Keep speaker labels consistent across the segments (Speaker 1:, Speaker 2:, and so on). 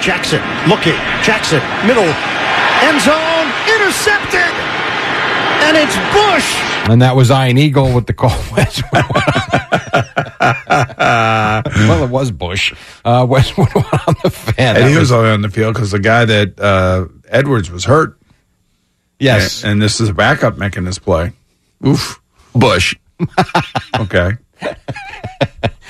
Speaker 1: Jackson looking. Jackson, middle, end zone, intercepted. And it's Bush.
Speaker 2: And that was Iron Eagle with the call Westwood. well, it was Bush. Uh, Westwood went on the fan.
Speaker 3: And
Speaker 2: That
Speaker 3: he was
Speaker 2: was-
Speaker 3: only on the field because the guy that uh, Edwards was hurt.
Speaker 2: yes.
Speaker 3: And, and this is a backup making this play. Oof.
Speaker 4: Bush.
Speaker 3: Okay.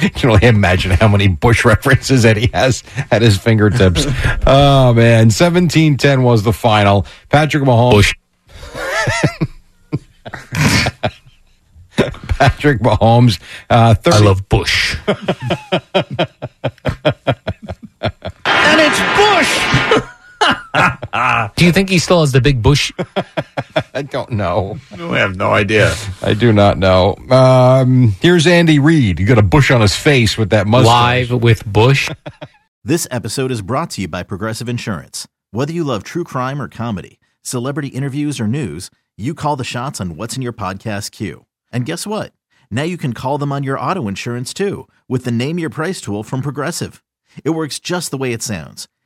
Speaker 2: You can only imagine how many Bush references Eddie has at his fingertips. oh, man. 17 10 was the final. Patrick Mahomes.
Speaker 4: Bush.
Speaker 2: Patrick Mahomes. Uh, 30,
Speaker 4: I love Bush.
Speaker 1: And it's Bush.
Speaker 4: Do you think he still has the big Bush?
Speaker 2: I don't know.
Speaker 3: I have no idea.
Speaker 2: I do not know. Um, here's Andy Reid. He got a bush on his face with that mustache.
Speaker 4: Live with Bush?
Speaker 5: This episode is brought to you by Progressive Insurance. Whether you love true crime or comedy, celebrity interviews or news, you call the shots on what's in your podcast queue. And guess what? Now you can call them on your auto insurance too with the Name Your Price tool from Progressive. It works just the way it sounds.